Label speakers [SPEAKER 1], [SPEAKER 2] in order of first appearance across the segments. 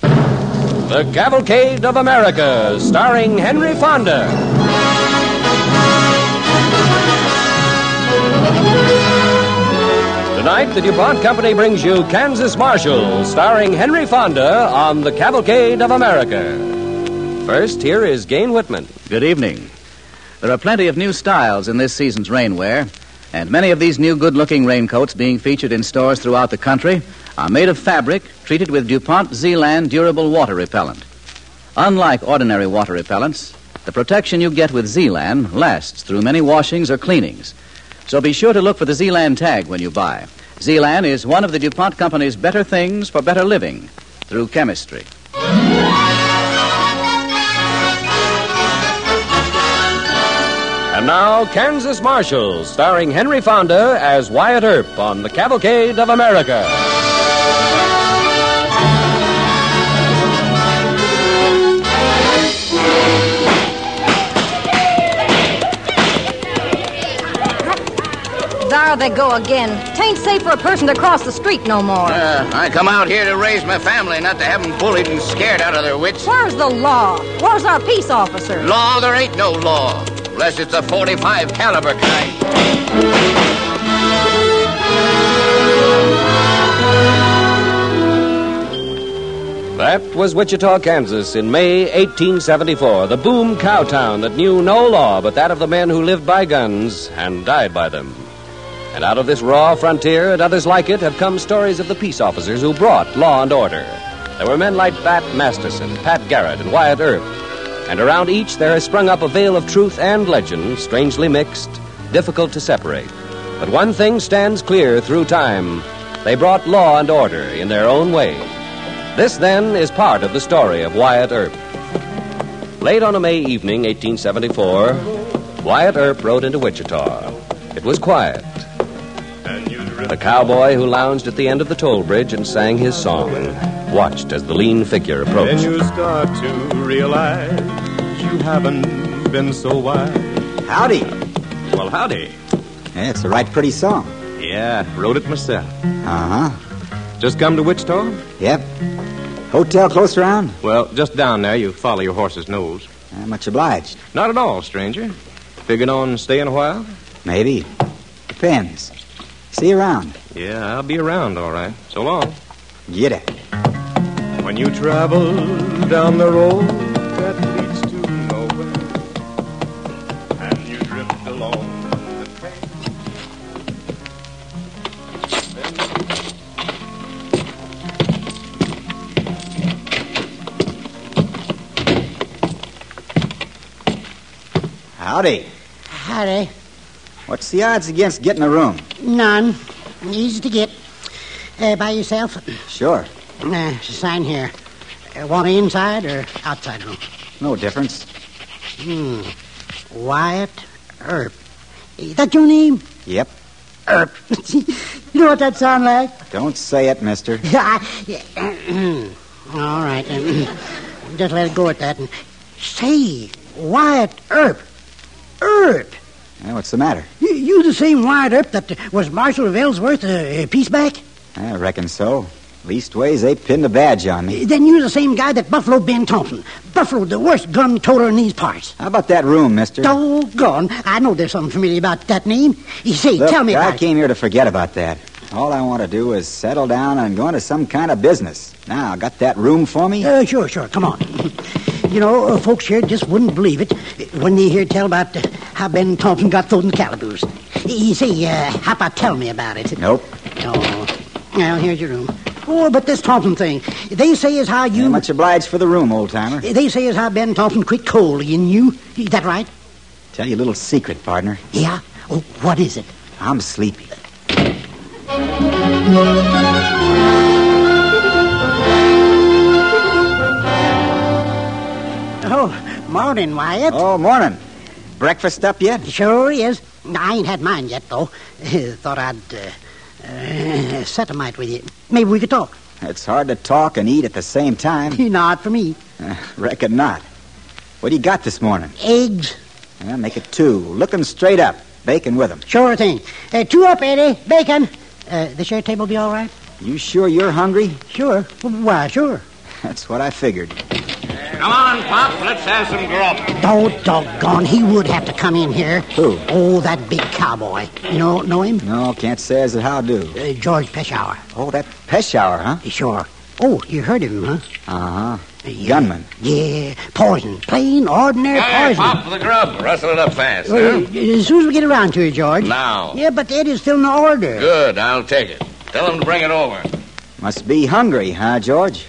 [SPEAKER 1] The Cavalcade of America, starring Henry Fonda. Tonight, the DuPont Company brings you Kansas Marshall, starring Henry Fonda on The Cavalcade of America. First, here is Gain Whitman.
[SPEAKER 2] Good evening. There are plenty of new styles in this season's rainwear, and many of these new good looking raincoats being featured in stores throughout the country are made of fabric treated with DuPont Zeeland Durable Water Repellent. Unlike ordinary water repellents, the protection you get with Zeeland lasts through many washings or cleanings. So be sure to look for the Zeeland tag when you buy. Zeeland is one of the DuPont Company's better things for better living through chemistry.
[SPEAKER 1] And now, Kansas Marshall, starring Henry Fonda as Wyatt Earp on The Cavalcade of America.
[SPEAKER 3] There they go again. Tain't safe for a person to cross the street no more.
[SPEAKER 4] Uh, I come out here to raise my family, not to have 'em bullied and scared out of their wits.
[SPEAKER 3] Where's the law? Where's our peace officer?
[SPEAKER 4] Law, there ain't no law, unless it's a 45 caliber kind.
[SPEAKER 1] That was Wichita, Kansas, in May 1874, the boom cow town that knew no law but that of the men who lived by guns and died by them. And out of this raw frontier and others like it have come stories of the peace officers who brought law and order. There were men like Bat Masterson, Pat Garrett, and Wyatt Earp. And around each there has sprung up a veil of truth and legend, strangely mixed, difficult to separate. But one thing stands clear through time they brought law and order in their own way. This, then, is part of the story of Wyatt Earp. Late on a May evening, 1874, Wyatt Earp rode into Wichita. It was quiet. The cowboy who lounged at the end of the toll bridge and sang his song watched as the lean figure
[SPEAKER 5] Then
[SPEAKER 1] approached.
[SPEAKER 5] you start to realize you haven't been so wise.
[SPEAKER 6] Howdy.
[SPEAKER 5] Well, howdy.
[SPEAKER 6] Yeah, it's a right pretty song.
[SPEAKER 5] Yeah, wrote it myself.
[SPEAKER 6] Uh
[SPEAKER 4] Uh-huh.
[SPEAKER 6] huh.
[SPEAKER 5] Just come to Wichita?
[SPEAKER 6] Yep. Hotel close around?
[SPEAKER 5] Well, just down there, you follow your horse's nose.
[SPEAKER 6] Uh, much obliged.
[SPEAKER 5] Not at all, stranger. Figuring on staying a while?
[SPEAKER 6] Maybe. Depends. See you around.
[SPEAKER 5] Yeah, I'll be around, all right. So long.
[SPEAKER 6] Get it.
[SPEAKER 5] When you travel down the road that leads to nowhere, and you drift along the trail.
[SPEAKER 6] Howdy.
[SPEAKER 7] Howdy.
[SPEAKER 6] What's the odds against getting a room?
[SPEAKER 7] None. Easy to get. Uh, by yourself?
[SPEAKER 6] Sure.
[SPEAKER 7] Uh, sign here. Uh, want an inside or outside room?
[SPEAKER 6] No difference.
[SPEAKER 7] Wyatt Earp. Is that your name?
[SPEAKER 6] Yep.
[SPEAKER 7] Earp. you know what that sound like?
[SPEAKER 6] Don't say it, mister.
[SPEAKER 7] I- All right. Just let it go at that. And say, Wyatt Earp. Earp.
[SPEAKER 6] Uh, what's the matter?
[SPEAKER 7] You, you the same Wyatt Earp that was Marshal of Ellsworth uh, peace back?
[SPEAKER 6] I reckon so. Leastways, they pinned a badge on me.
[SPEAKER 7] Then you're the same guy that Buffalo Ben Thompson. Buffalo, the worst gun toter in these parts.
[SPEAKER 6] How about that room, mister?
[SPEAKER 7] Doggone. I know there's something familiar about that name. You say,
[SPEAKER 6] Look,
[SPEAKER 7] tell me
[SPEAKER 6] I
[SPEAKER 7] about
[SPEAKER 6] came here to forget about that. All I want to do is settle down and go into some kind of business. Now, got that room for me?
[SPEAKER 7] it. Uh, sure, sure. Come on. You know, uh, folks here just wouldn't believe it when they hear tell about uh, how Ben Thompson got those calaboose. You say, uh, how about tell me about it?
[SPEAKER 6] Nope.
[SPEAKER 7] Oh. Well, here's your room. Oh, but this Thompson thing. They say is how you...
[SPEAKER 6] Much obliged for the room, old timer.
[SPEAKER 7] They say is how Ben Thompson quit coal in you. Is that right?
[SPEAKER 6] Tell you a little secret, partner.
[SPEAKER 7] Yeah? Oh, what is it?
[SPEAKER 6] I'm sleepy.
[SPEAKER 7] Oh, Morning, Wyatt.
[SPEAKER 6] Oh, morning. Breakfast up yet?
[SPEAKER 7] Sure is. I ain't had mine yet, though. Thought I'd uh, uh, set a mite with you. Maybe we could talk.
[SPEAKER 6] It's hard to talk and eat at the same time.
[SPEAKER 7] Not for me.
[SPEAKER 6] Uh, reckon not. What do you got this morning?
[SPEAKER 7] Eggs.
[SPEAKER 6] Well, make it two. Look 'em straight up. Bacon with 'em.
[SPEAKER 7] Sure thing. Uh, two up, Eddie. Bacon. Uh, the share table be all right?
[SPEAKER 6] You sure you're hungry?
[SPEAKER 7] Sure. Why, sure.
[SPEAKER 6] That's what I figured.
[SPEAKER 4] Come on, Pop, let's have some grub.
[SPEAKER 7] Oh, doggone. He would have to come in here.
[SPEAKER 6] Who?
[SPEAKER 7] Oh, that big cowboy. You know, know him?
[SPEAKER 6] No, can't say as a how do.
[SPEAKER 7] Uh, George Peshawar.
[SPEAKER 6] Oh, that Peshawar, huh?
[SPEAKER 7] Sure. Oh, you heard of him, huh?
[SPEAKER 6] Uh huh. Gunman.
[SPEAKER 7] Yeah, poison. Plain, ordinary
[SPEAKER 4] Hey,
[SPEAKER 7] poison.
[SPEAKER 4] Pop for the grub. Rustle it up fast.
[SPEAKER 7] Uh,
[SPEAKER 4] Huh?
[SPEAKER 7] As soon as we get around to it, George.
[SPEAKER 4] Now.
[SPEAKER 7] Yeah, but Eddie's still in the order.
[SPEAKER 4] Good, I'll take it. Tell him to bring it over.
[SPEAKER 6] Must be hungry, huh, George?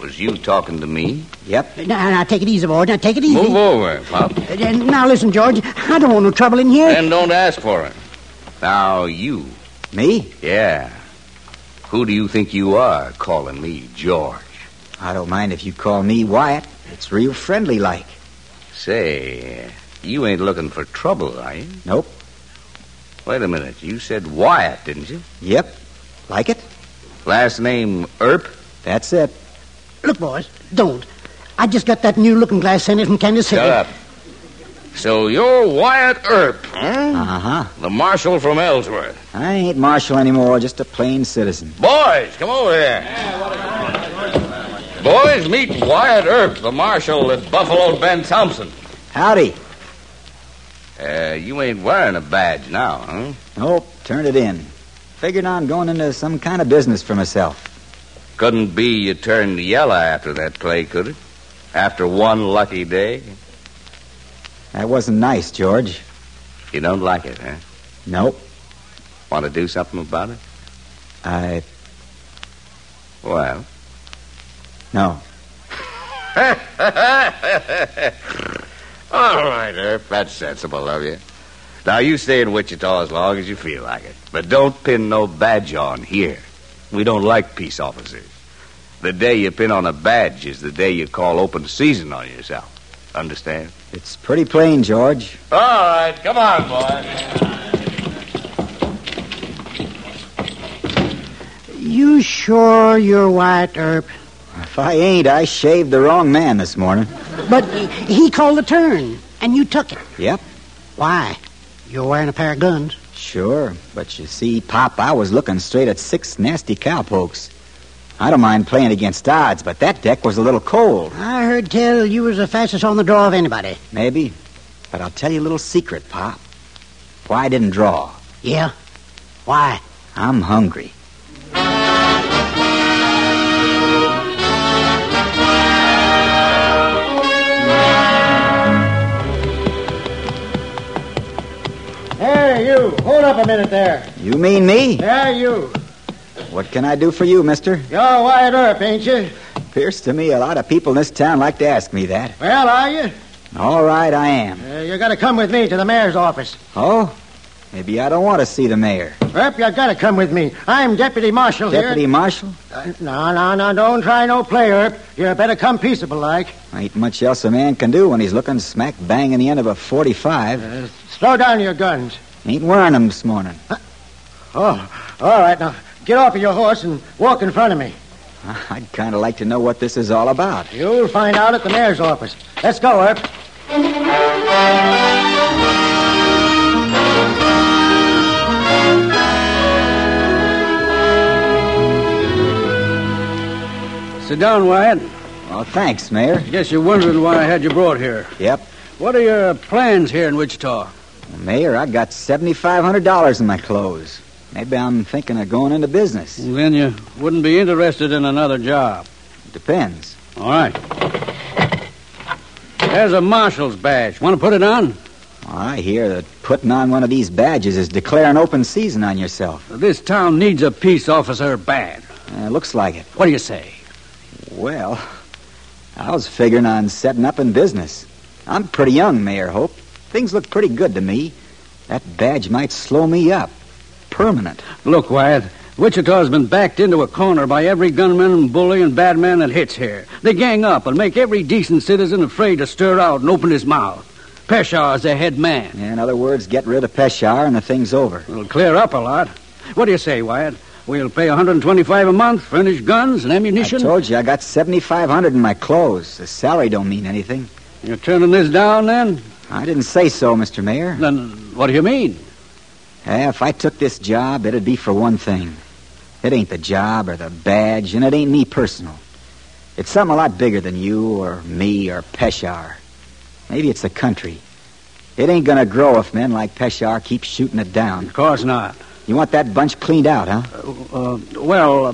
[SPEAKER 4] Was you talking to me?
[SPEAKER 6] Yep.
[SPEAKER 7] Now, now, take it easy, boy. Now, take it easy.
[SPEAKER 4] Move over, Pop.
[SPEAKER 7] Uh, now, listen, George. I don't want no trouble in here.
[SPEAKER 4] Then don't ask for it. Now, you.
[SPEAKER 6] Me?
[SPEAKER 4] Yeah. Who do you think you are calling me George?
[SPEAKER 6] I don't mind if you call me Wyatt. It's real friendly like.
[SPEAKER 4] Say, you ain't looking for trouble, are you?
[SPEAKER 6] Nope.
[SPEAKER 4] Wait a minute. You said Wyatt, didn't you?
[SPEAKER 6] Yep. Like it?
[SPEAKER 4] Last name Earp?
[SPEAKER 6] That's it.
[SPEAKER 7] Look, boys, don't. I just got that new looking glass sent in from Kansas City.
[SPEAKER 4] Shut up. So you're Wyatt Earp, huh?
[SPEAKER 6] Uh huh.
[SPEAKER 4] The marshal from Ellsworth.
[SPEAKER 6] I ain't marshal anymore, just a plain citizen.
[SPEAKER 4] Boys, come over here. Boys, meet Wyatt Earp, the marshal at Buffalo Ben Thompson.
[SPEAKER 6] Howdy.
[SPEAKER 4] Uh, you ain't wearing a badge now, huh?
[SPEAKER 6] Nope. Turned it in. Figured on going into some kind of business for myself.
[SPEAKER 4] Couldn't be you turned yellow after that play, could it? After one lucky day?
[SPEAKER 6] That wasn't nice, George.
[SPEAKER 4] You don't like it, huh?
[SPEAKER 6] Nope.
[SPEAKER 4] Want to do something about it?
[SPEAKER 6] I.
[SPEAKER 4] Well,
[SPEAKER 6] No.
[SPEAKER 4] all right, Earp. That's sensible of you. Now, you stay in Wichita as long as you feel like it. But don't pin no badge on here. We don't like peace officers. The day you pin on a badge is the day you call open season on yourself. Understand?
[SPEAKER 6] It's pretty plain, George.
[SPEAKER 4] All right, come on, boy.
[SPEAKER 7] You sure you're Wyatt Earp?
[SPEAKER 6] If I ain't, I shaved the wrong man this morning.
[SPEAKER 7] But he called the turn, and you took it.
[SPEAKER 6] Yep.
[SPEAKER 7] Why? You're wearing a pair of guns.
[SPEAKER 6] Sure, but you see, Pop, I was looking straight at six nasty cowpokes. I don't mind playing against odds, but that deck was a little cold.
[SPEAKER 7] I heard tell you was the fastest on the draw of anybody.
[SPEAKER 6] Maybe. But I'll tell you a little secret, Pop. Why I didn't draw?
[SPEAKER 7] Yeah? Why?
[SPEAKER 6] I'm hungry.
[SPEAKER 7] Hey, you. Hold up a minute there.
[SPEAKER 6] You mean me?
[SPEAKER 7] Yeah, you.
[SPEAKER 6] What can I do for you, mister?
[SPEAKER 7] You're Wyatt Earp, ain't you?
[SPEAKER 6] Appears to me a lot of people in this town like to ask me that.
[SPEAKER 7] Well, are you?
[SPEAKER 6] All right, I am.
[SPEAKER 7] Uh, you gotta come with me to the mayor's office.
[SPEAKER 6] Oh? Maybe I don't want to see the mayor.
[SPEAKER 7] Earp, you gotta come with me. I'm deputy marshal
[SPEAKER 6] Deputy Marshal?
[SPEAKER 7] here. Uh, no, no, no, don't try no play, Earp. You better come peaceable like.
[SPEAKER 6] Ain't much else a man can do when he's looking smack bang in the end of a 45.
[SPEAKER 7] Uh, slow down your guns.
[SPEAKER 6] Ain't wearing 'em this morning.
[SPEAKER 7] Oh, all right, now get off of your horse and walk in front of me.
[SPEAKER 6] I'd kind of like to know what this is all about.
[SPEAKER 7] You'll find out at the mayor's office. Let's go, Earp.
[SPEAKER 8] Sit down, Wyatt.
[SPEAKER 6] Well, thanks, Mayor.
[SPEAKER 8] Guess you're wondering why I had you brought here.
[SPEAKER 6] Yep.
[SPEAKER 8] What are your plans here in Wichita?
[SPEAKER 6] Mayor, I got $7,500 in my clothes. Maybe I'm thinking of going into business.
[SPEAKER 8] Then you wouldn't be interested in another job.
[SPEAKER 6] Depends.
[SPEAKER 8] All right. There's a marshal's badge. Want to put it on?
[SPEAKER 6] Well, I hear that putting on one of these badges is declaring open season on yourself.
[SPEAKER 8] This town needs a peace officer bad.
[SPEAKER 6] Uh, looks like it.
[SPEAKER 8] What do you say?
[SPEAKER 6] Well, I was figuring on setting up in business. I'm pretty young, Mayor Hope. Things look pretty good to me. That badge might slow me up. Permanent.
[SPEAKER 8] Look, Wyatt, Wichita's been backed into a corner by every gunman and bully and bad man that hits here. They gang up and make every decent citizen afraid to stir out and open his mouth. Pesha's their head man.
[SPEAKER 6] In other words, get rid of Peshawar and the thing's over.
[SPEAKER 8] It'll clear up a lot. What do you say, Wyatt? We'll pay 125 a month, furnish guns and ammunition.
[SPEAKER 6] I told you, I got 7500 in my clothes. The salary don't mean anything.
[SPEAKER 8] You're turning this down, then?
[SPEAKER 6] I didn't say so, Mr. Mayor.
[SPEAKER 8] Then what do you mean?
[SPEAKER 6] Eh, if I took this job, it'd be for one thing. It ain't the job or the badge, and it ain't me personal. It's something a lot bigger than you or me or Peshawar. Maybe it's the country. It ain't gonna grow if men like Peshawar keep shooting it down.
[SPEAKER 8] Of course not.
[SPEAKER 6] You want that bunch cleaned out, huh?
[SPEAKER 8] Uh, well, uh,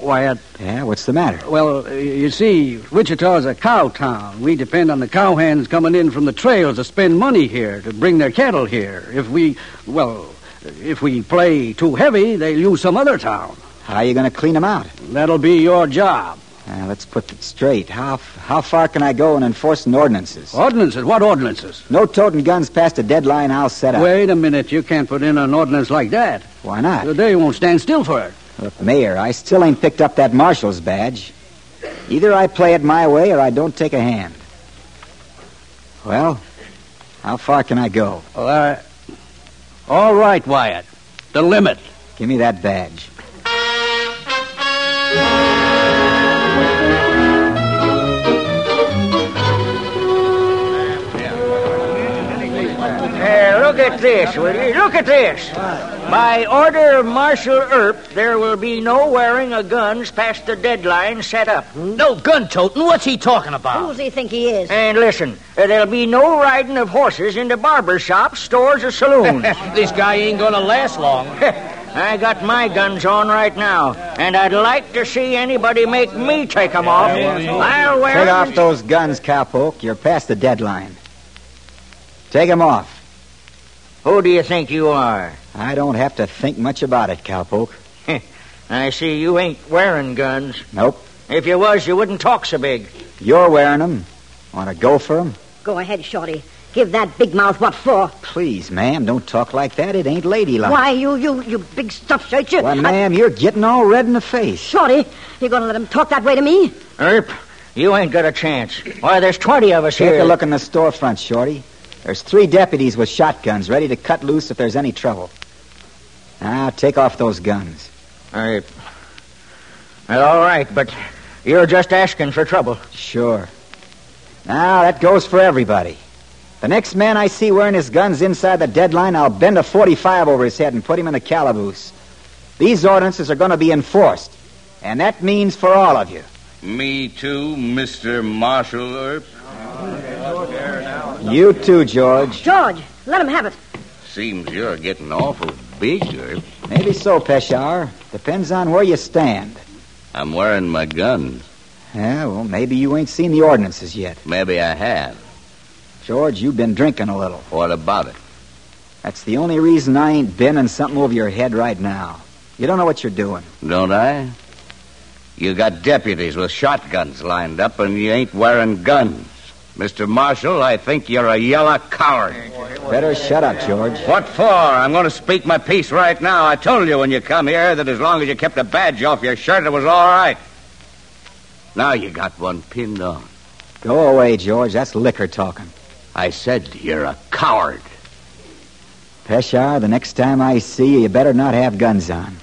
[SPEAKER 8] Wyatt,
[SPEAKER 6] Yeah, what's the matter?
[SPEAKER 8] well, uh, you see, Wichita's a cow town. We depend on the cowhands coming in from the trails to spend money here, to bring their cattle here. If we, well, if we play too heavy, they'll use some other town.
[SPEAKER 6] How you gonna clean 'em out?
[SPEAKER 8] That'll be your job.
[SPEAKER 6] Eh, let's put it straight. How, f- how far can I go in enforcing ordinances?
[SPEAKER 8] Ordinances? What ordinances?
[SPEAKER 6] No toting guns past a deadline I'll set up.
[SPEAKER 8] Wait a minute. You can't put in an ordinance like that.
[SPEAKER 6] Why not?
[SPEAKER 8] They won't stand still for it.
[SPEAKER 6] Look, Mayor, I still ain't picked up that marshal's badge. Either I play it my way or I don't take a hand. Well, how far can I go?
[SPEAKER 8] All right. All right, Wyatt. The limit.
[SPEAKER 6] Give me that badge.
[SPEAKER 9] Hey, look at this, will you? Look at this. By order of Marshal Earp, there will be no wearing of guns past the deadline set up.
[SPEAKER 10] No Oh, gun toting. What's he talking about?
[SPEAKER 3] Who does he think he is?
[SPEAKER 9] And listen, uh, there'll be no riding of horses into barber shops, stores, or saloons.
[SPEAKER 10] This guy ain't gonna last long.
[SPEAKER 9] I got my guns on right now, and I'd like to see anybody make me take 'em off. I'll wear
[SPEAKER 6] Take
[SPEAKER 9] 'em
[SPEAKER 6] off those guns, cowpoke. You're past the deadline. Take 'em off.
[SPEAKER 9] Who do you think you are?
[SPEAKER 6] I don't have to think much about it, cowpoke.
[SPEAKER 9] I see you ain't wearing guns.
[SPEAKER 6] Nope.
[SPEAKER 9] If you was, you wouldn't talk so big.
[SPEAKER 6] You're wearing 'em. Want to go for 'em?
[SPEAKER 3] Go ahead, Shorty. Give that big mouth what for.
[SPEAKER 6] Please, ma'am, don't talk like that. It ain't ladylike.
[SPEAKER 3] Why, you, you, you big stuff shirt, you.
[SPEAKER 6] Why,
[SPEAKER 3] I-
[SPEAKER 6] ma'am, you're getting all red in the face.
[SPEAKER 3] Shorty, you gonna let him talk that way to me?
[SPEAKER 9] Erp, you ain't got a chance. Why, there's 20 of us
[SPEAKER 6] Take
[SPEAKER 9] here.
[SPEAKER 6] a look in the storefront, Shorty. There's three deputies with shotguns ready to cut loose if there's any trouble. Now, take off those guns.
[SPEAKER 9] All right. Well, all right, but you're just asking for trouble.
[SPEAKER 6] Sure. Now, that goes for everybody. The next man I see wearing his guns inside the deadline, I'll bend a 45 over his head and put him in the calaboose. These ordinances are going to be enforced, and that means for all of you.
[SPEAKER 4] Me too, Mr. Marshal Earp.
[SPEAKER 6] You too, George.
[SPEAKER 3] George, let him have it.
[SPEAKER 4] Seems you're getting awful big, Earp.
[SPEAKER 6] Maybe so, Peshawar. Depends on where you stand.
[SPEAKER 4] I'm wearing my gun.
[SPEAKER 6] Yeah, well, maybe you ain't seen the ordinances yet.
[SPEAKER 4] Maybe I have.
[SPEAKER 6] George, you've been drinking a little.
[SPEAKER 4] What about it?
[SPEAKER 6] That's the only reason I ain't been in something over your head right now. You don't know what you're doing.
[SPEAKER 4] Don't I? You got deputies with shotguns lined up, and you ain't wearing guns. Mr. Marshal, I think you're a yellow coward.
[SPEAKER 6] Better shut up, George.
[SPEAKER 4] What for? I'm going to speak my piece right now. I told you when you come here that as long as you kept the badge off your shirt, it was all right. Now you got one pinned on.
[SPEAKER 6] Go away, George. That's liquor talking.
[SPEAKER 4] I said you're a coward.
[SPEAKER 6] Peshawar, the next time I see you, you better not have guns on.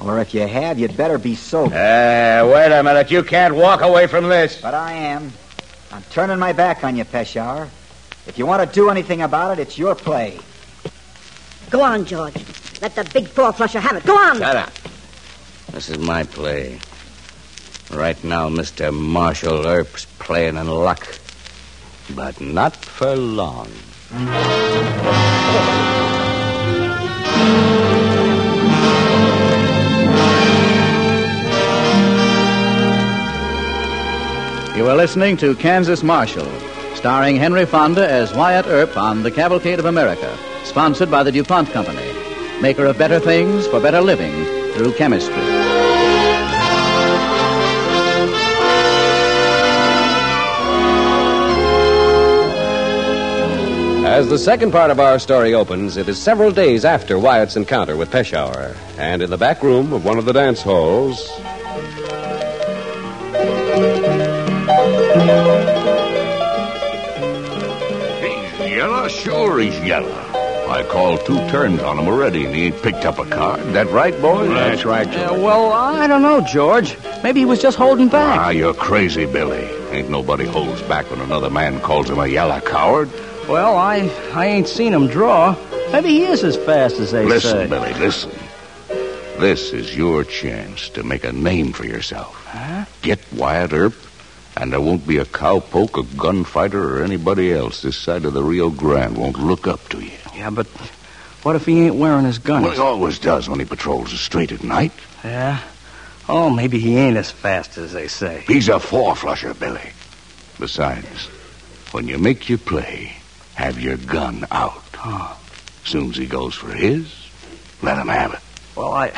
[SPEAKER 6] Or if you have, you'd better be sober.
[SPEAKER 4] Eh, wait a minute. You can't walk away from this.
[SPEAKER 6] But I am. I'm turning my back on you, Peshawar. If you want to do anything about it, it's your play.
[SPEAKER 3] Go on, George. Let the big four flusher have it. Go on.
[SPEAKER 4] Shut up. This is my play. Right now, Mr. Marshal Earp's playing in luck. But not for long.
[SPEAKER 2] You are listening to Kansas Marshall, starring Henry Fonda as Wyatt Earp on The Cavalcade of America, sponsored by the DuPont Company, maker of better things for better living through chemistry.
[SPEAKER 1] As the second part of our story opens, it is several days after Wyatt's encounter with Peshawar, and in the back room of one of the dance halls.
[SPEAKER 4] Yellow? Sure he's yellow. I called two turns on him already, and he ain't picked up a card. That right, boys? That's right, Joe.
[SPEAKER 11] Uh, well, I don't know, George. Maybe he was just holding back.
[SPEAKER 4] Ah, you're crazy, Billy. Ain't nobody holds back when another man calls him a yellow coward.
[SPEAKER 11] Well, I, I ain't seen him draw. Maybe he is as fast as they
[SPEAKER 4] listen,
[SPEAKER 11] say.
[SPEAKER 4] Billy, listen. This is your chance to make a name for yourself. Get Wyatt Earp, and there won't be a cowpoke, a gunfighter, or anybody else this side of the Rio Grande won't look up to you.
[SPEAKER 11] Yeah, but what if he ain't wearing his gun?
[SPEAKER 4] Well, he always does when he patrols the street at night.
[SPEAKER 11] Yeah. Oh, maybe he ain't as fast as they say.
[SPEAKER 4] He's a four flusher, Billy. Besides, when you make your play, have your gun out. Soon as he goes for his, let him have it.
[SPEAKER 11] Well, I.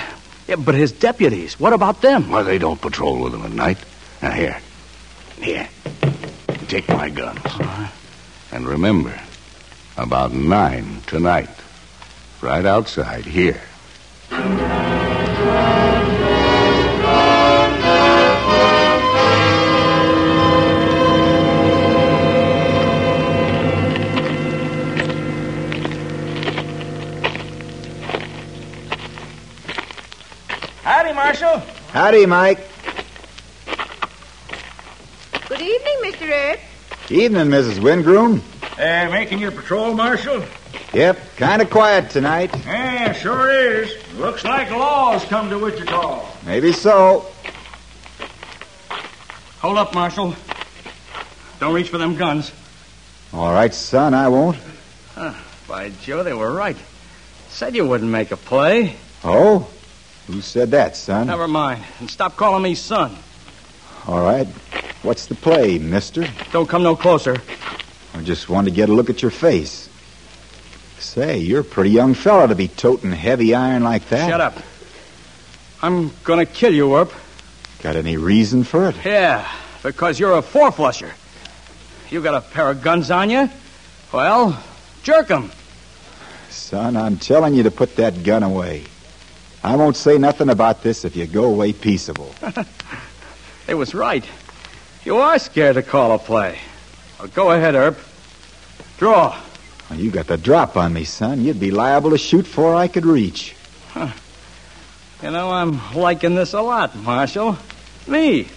[SPEAKER 11] Yeah, but his deputies, what about them?
[SPEAKER 4] Why, they don't patrol with him at night. Now, here. Here. Take my guns. And remember, about nine tonight, right outside here.
[SPEAKER 12] Howdy, Marshal.
[SPEAKER 13] Howdy, Mike.
[SPEAKER 9] Good evening, Mr. Earp.
[SPEAKER 13] Evening, Mrs. Wingroom.
[SPEAKER 14] Uh, making your patrol, Marshal?
[SPEAKER 13] Yep, kind of quiet tonight.
[SPEAKER 14] Yeah, sure is. Looks like law's come to Wichita.
[SPEAKER 13] Maybe so.
[SPEAKER 11] Hold up, Marshal. Don't reach for them guns.
[SPEAKER 13] All right, son, I won't.
[SPEAKER 11] By Joe, they were right. Said you wouldn't make a play.
[SPEAKER 13] Oh? Who said that, son?
[SPEAKER 11] Never mind. And stop calling me son.
[SPEAKER 13] All right. What's the play, mister?
[SPEAKER 11] Don't come no closer.
[SPEAKER 13] I just wanted to get a look at your face. Say, you're a pretty young fella to be toting heavy iron like that.
[SPEAKER 11] Shut up. I'm gonna kill you, Erp.
[SPEAKER 13] Got any reason for it?
[SPEAKER 11] Yeah, because you're a four flusher. You got a pair of guns on you? Well, jerk 'em.
[SPEAKER 13] Son, I'm telling you to put that gun away. I won't say nothing about this if you go away peaceable.
[SPEAKER 11] They was right. You are scared to call a play. Well, go ahead, Erp. Draw.
[SPEAKER 13] Well, you got the drop on me, son. You'd be liable to shoot before I could reach.
[SPEAKER 11] You know, I'm liking this a lot, Marshal. Me.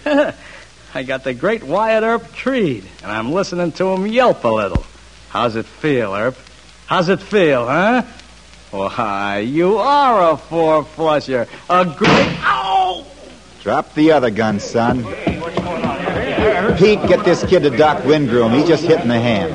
[SPEAKER 11] I got the great Wyatt Earp treed, and I'm listening to him yelp a little. How's it feel, Earp? How's it feel, huh? Why, you are a four flusher. A great. Ow!
[SPEAKER 13] Drop the other gun, son. Pete, get this kid to Doc Wingroom. He just hit in the hand.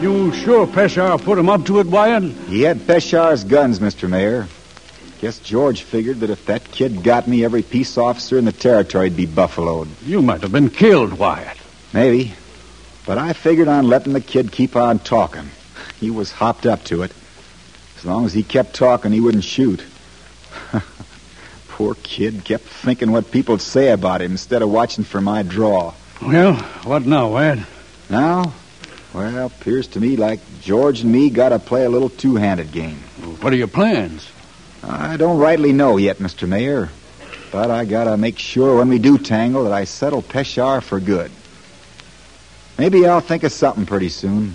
[SPEAKER 11] You sure Peshar put him up to it, Wyatt?
[SPEAKER 13] He had Peshar's guns, Mr. Mayor. Guess George figured that if that kid got me, every peace officer in the territory'd be buffaloed.
[SPEAKER 11] You might have been killed, Wyatt.
[SPEAKER 13] Maybe. But I figured on letting the kid keep on talking. He was hopped up to it. As long as he kept talking, he wouldn't shoot. Poor kid kept thinking what people'd say about him instead of watching for my draw.
[SPEAKER 11] Well, what now, Wyatt?
[SPEAKER 13] Now, well, appears to me like George and me got to play a little two-handed game.
[SPEAKER 11] What are your plans?
[SPEAKER 13] I don't rightly know yet, Mr. Mayor. But I gotta make sure when we do tangle that I settle Peshar for good. Maybe I'll think of something pretty soon.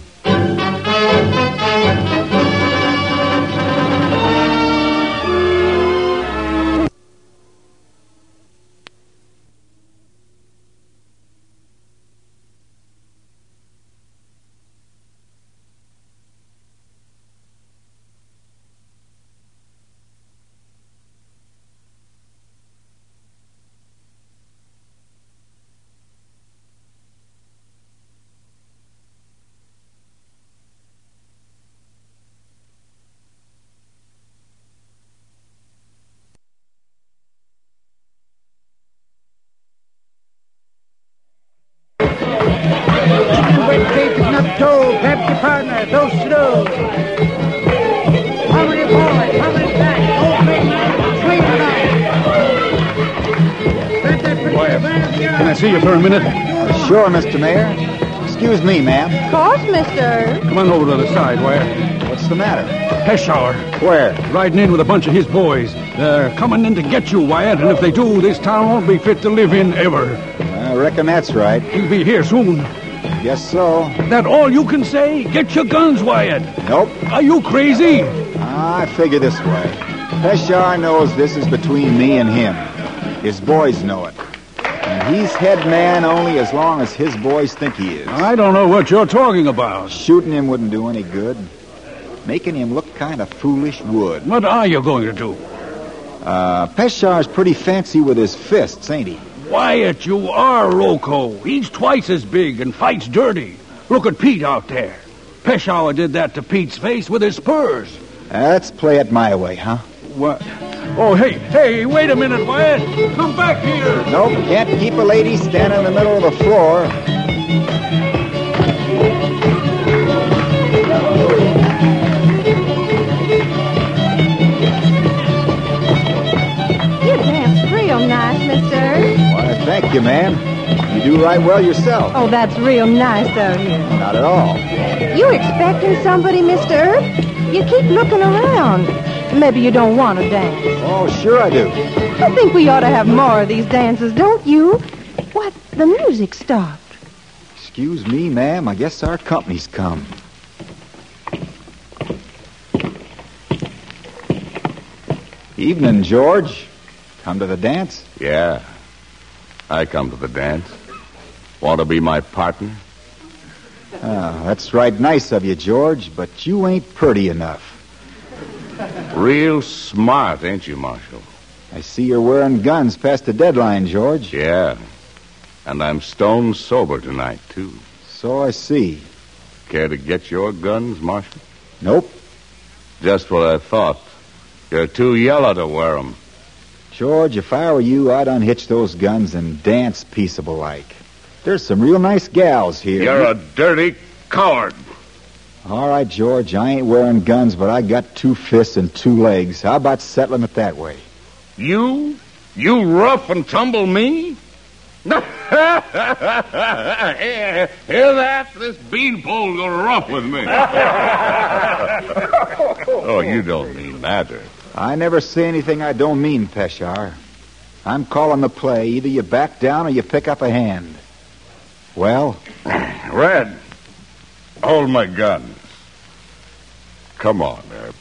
[SPEAKER 14] see you for a minute?
[SPEAKER 13] Sure, Mr. Mayor. Excuse me, ma'am.
[SPEAKER 15] Of course, Mr.
[SPEAKER 14] Come on over to the side, Ware.
[SPEAKER 13] What's the matter?
[SPEAKER 14] Peshaw.
[SPEAKER 13] Where?
[SPEAKER 14] Riding in with a bunch of his boys. They're coming in to get you, Wyatt, and if they do, this town won't be fit to live in ever.
[SPEAKER 13] I reckon that's right.
[SPEAKER 14] He'll be here soon.
[SPEAKER 13] Guess so.
[SPEAKER 14] That all you can say? Get your guns, Wyatt.
[SPEAKER 13] Nope.
[SPEAKER 14] Are you crazy?
[SPEAKER 13] I figure this way. Peshaw knows this is between me and him. His boys know it. And he's head man only as long as his boys think he is.
[SPEAKER 14] I don't know what you're talking about.
[SPEAKER 13] Shooting him wouldn't do any good. Making him look kind of foolish would.
[SPEAKER 14] What are you going to do?
[SPEAKER 13] Uh, Peshaw's pretty fancy with his fists, ain't he?
[SPEAKER 14] Wyatt, you are Rocco. He's twice as big and fights dirty. Look at Pete out there. Peshawar did that to Pete's face with his spurs.
[SPEAKER 13] Let's play it my way, huh?
[SPEAKER 14] What? Oh, hey, hey, wait a minute, Wyatt. Come back here.
[SPEAKER 13] Nope, can't keep a lady standing in the middle of the floor.
[SPEAKER 15] You dance real nice, Mr.
[SPEAKER 13] Why, thank you, ma'am. You do right well yourself.
[SPEAKER 15] Oh, that's real nice of you.
[SPEAKER 13] Not at all.
[SPEAKER 15] You expecting somebody, Mr. You keep looking around. Maybe you don't want to dance.
[SPEAKER 13] Oh, sure I do.
[SPEAKER 15] I think we ought to have more of these dances, don't you? What? The music stopped.
[SPEAKER 13] Excuse me, ma'am. I guess our company's come. Evening, George. Come to the dance?
[SPEAKER 4] Yeah. I come to the dance. Want to be my partner?
[SPEAKER 13] Ah, that's right nice of you, George, but you ain't pretty enough.
[SPEAKER 4] Real smart, ain't you, Marshal?
[SPEAKER 13] I see you're wearing guns past the deadline, George.
[SPEAKER 4] Yeah. And I'm stone sober tonight, too.
[SPEAKER 13] So I see.
[SPEAKER 4] Care to get your guns, Marshal?
[SPEAKER 13] Nope.
[SPEAKER 4] Just what I thought. You're too yellow to wear 'em.
[SPEAKER 13] George, if I were you, I'd unhitch those guns and dance peaceable like. There's some real nice gals here.
[SPEAKER 4] You're a dirty coward.
[SPEAKER 13] All right, George, I ain't wearing guns, but I got two fists and two legs. How about settling it that way?
[SPEAKER 4] You? You rough and tumble me? Hear that? This beanpole's gonna rough with me. oh, you don't mean that. or-
[SPEAKER 13] I never say anything I don't mean, Peshar. I'm calling the play. Either you back down or you pick up a hand. Well,
[SPEAKER 4] Red, hold my gun. Come on, Herb.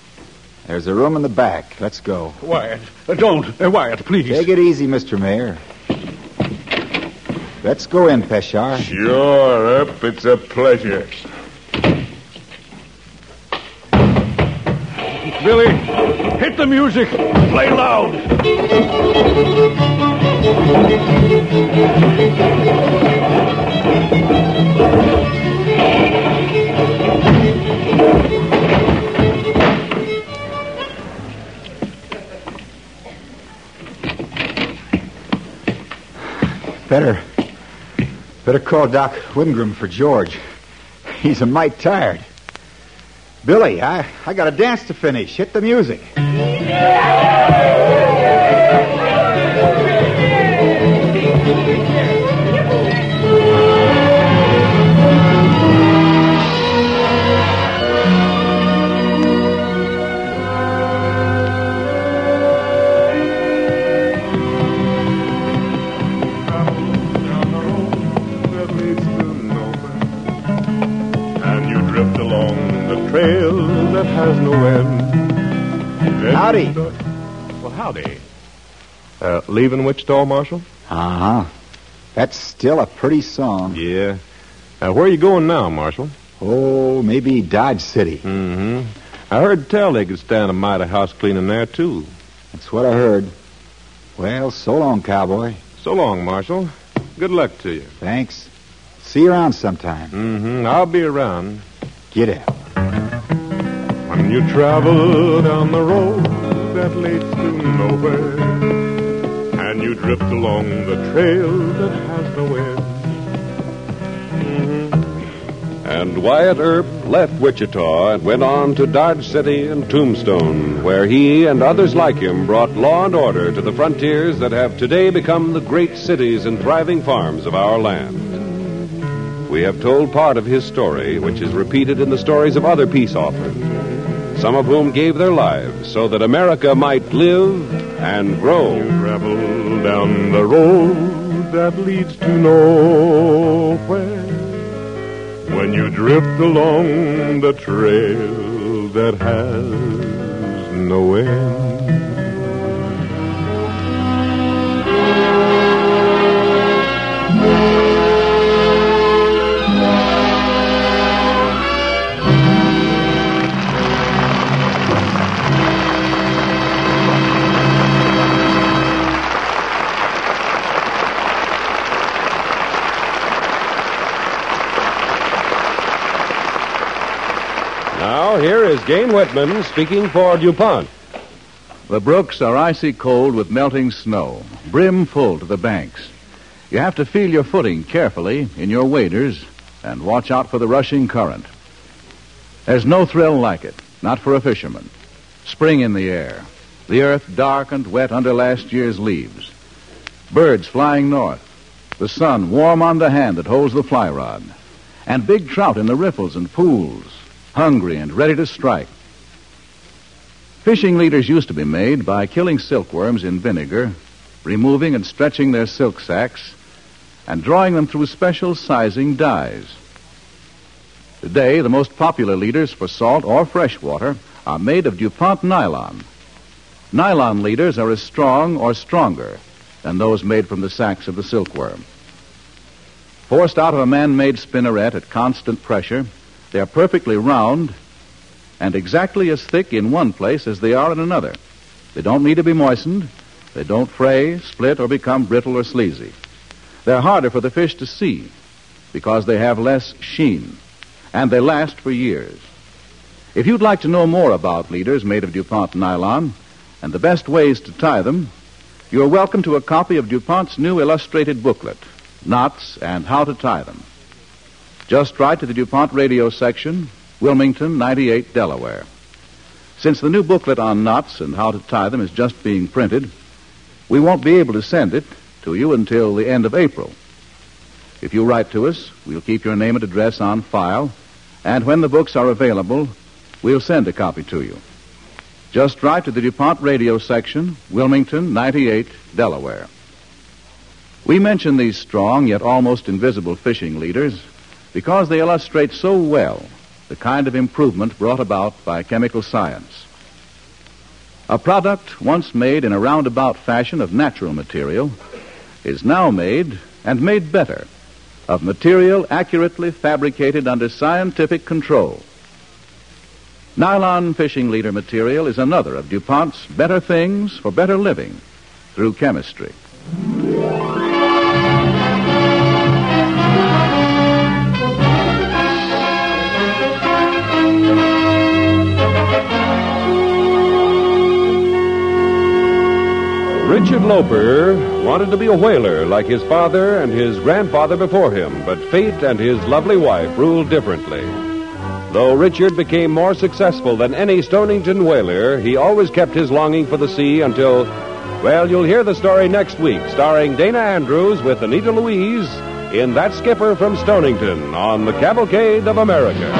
[SPEAKER 13] there's a room in the back. Let's go.
[SPEAKER 14] Wyatt, uh, don't. Uh, Wyatt, please.
[SPEAKER 13] Take it easy, Mr. Mayor. Let's go in, Peshar.
[SPEAKER 4] Sure, Herb, it's a pleasure.
[SPEAKER 14] Billy, hit the music. Play loud.
[SPEAKER 13] Better. Better call Doc Wimgrim for George. He's a mite tired. Billy, I, I got a dance to finish. Hit the music.
[SPEAKER 5] that leads to nowhere. And you drift along the trail that has no end. Then
[SPEAKER 13] Howdy.
[SPEAKER 5] Well, howdy. Uh, leaving Wichita, Marshal?
[SPEAKER 13] Uh huh. That's still a pretty song.
[SPEAKER 5] Yeah. Uh, where are you going now, Marshal?
[SPEAKER 13] Oh, maybe Dodge City.
[SPEAKER 4] Hmm.
[SPEAKER 5] Mm-hmm. I heard tell they could stand a mighty house cleaning there, too.
[SPEAKER 13] That's what I heard. Well, so long, cowboy.
[SPEAKER 5] So long, Marshal. Good luck to you.
[SPEAKER 13] Thanks. See you around sometime.
[SPEAKER 5] Mm-hmm. I'll be around.
[SPEAKER 13] Get out.
[SPEAKER 5] When you travel down the road that leads to nowhere, and you drift along the trail that has no end. Mhm.
[SPEAKER 16] Mm-hmm. And Wyatt Earp left Wichita and went on to Dodge City and Tombstone, where he and others like him brought law and order to the frontiers that have today become the great cities and thriving farms of our land. We have told part of his story, which is repeated in the stories of other peace officers, some of whom gave their lives so that America might live and grow.
[SPEAKER 5] Travel down the road that leads to nowhere. When you drift along the trail that has no end.
[SPEAKER 16] Now, here is Gain Whitman speaking for DuPont.
[SPEAKER 17] The brooks are icy cold with melting snow, brim full to the banks. You have to feel your footing carefully in your waders and watch out for the rushing current. There's no thrill like it, not for a fisherman. Spring in the air, the earth dark and wet under last year's leaves, birds flying north, the sun warm on the hand that holds the fly rod, and big trout in the riffles and pools, hungry and ready to strike. Fishing leaders used to be made by killing silkworms in vinegar, removing and stretching their silk sacs, and drawing them through special sizing dyes. Today, the most popular leaders for salt or freshwater are made of DuPont nylon. Nylon leaders are as strong or stronger than those made from the sacs of the silkworm. Forced out of a man made spinneret at constant pressure, they are perfectly round and exactly as thick in one place as they are in another. They don't need to be moistened. They don't fray, split, or become brittle or sleazy. They're harder for the fish to see because they have less sheen, and they last for years. If you'd like to know more about leaders made of DuPont nylon and the best ways to tie them, you're welcome to a copy of DuPont's new illustrated booklet, Knots and How to Tie Them. Just write to the DuPont Radio section, Wilmington, 98, Delaware. Since the new booklet on knots and how to tie them is just being printed, we won't be able to send it to you until the end of April. If you write to us, we'll keep your name and address on file, and when the books are available, we'll send a copy to you. Just write to the DuPont Radio section, Wilmington, 98, Delaware. We mention these strong yet almost invisible fishing leaders because they illustrate so well the kind of improvement brought about by chemical science. A product once made in a roundabout fashion of natural material is now made and made better of material accurately fabricated under scientific control. Nylon fishing leader material is another of DuPont's better things for better living through chemistry.
[SPEAKER 16] Richard Loper wanted to be a whaler like his father and his grandfather before him, but fate and his lovely wife ruled differently. Though Richard became more successful than any Stonington whaler, he always kept his longing for the sea until, well, you'll hear the story next week, starring Dana Andrews with Anita Louise in That Skipper from Stonington on the Cavalcade of America.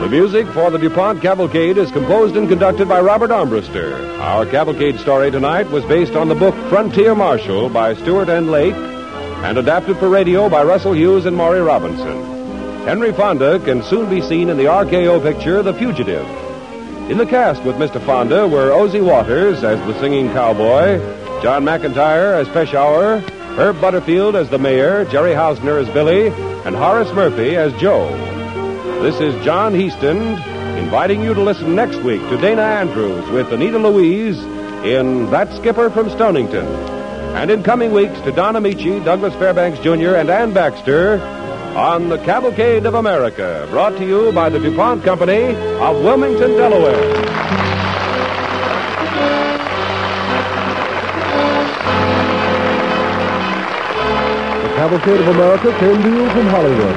[SPEAKER 16] The music for the DuPont Cavalcade is composed and conducted by Robert Armbruster. Our cavalcade story tonight was based on the book Frontier Marshal by Stewart N. Lake and adapted for radio by Russell Hughes and Maury Robinson. Henry Fonda can soon be seen in the RKO picture The Fugitive. In the cast with Mr. Fonda were Ozzie Waters as the singing cowboy, John McIntyre as Peshawar, Herb Butterfield as the mayor, Jerry Hausner as Billy, and Horace Murphy as Joe. This is John Heaston inviting you to listen next week to Dana Andrews with Anita Louise in That Skipper from Stonington. And in coming weeks to Don Amici, Douglas Fairbanks Jr., and Ann Baxter on the Cavalcade of America, brought to you by the DuPont Company of Wilmington, Delaware.
[SPEAKER 18] The Cavalcade of America came to you from Hollywood.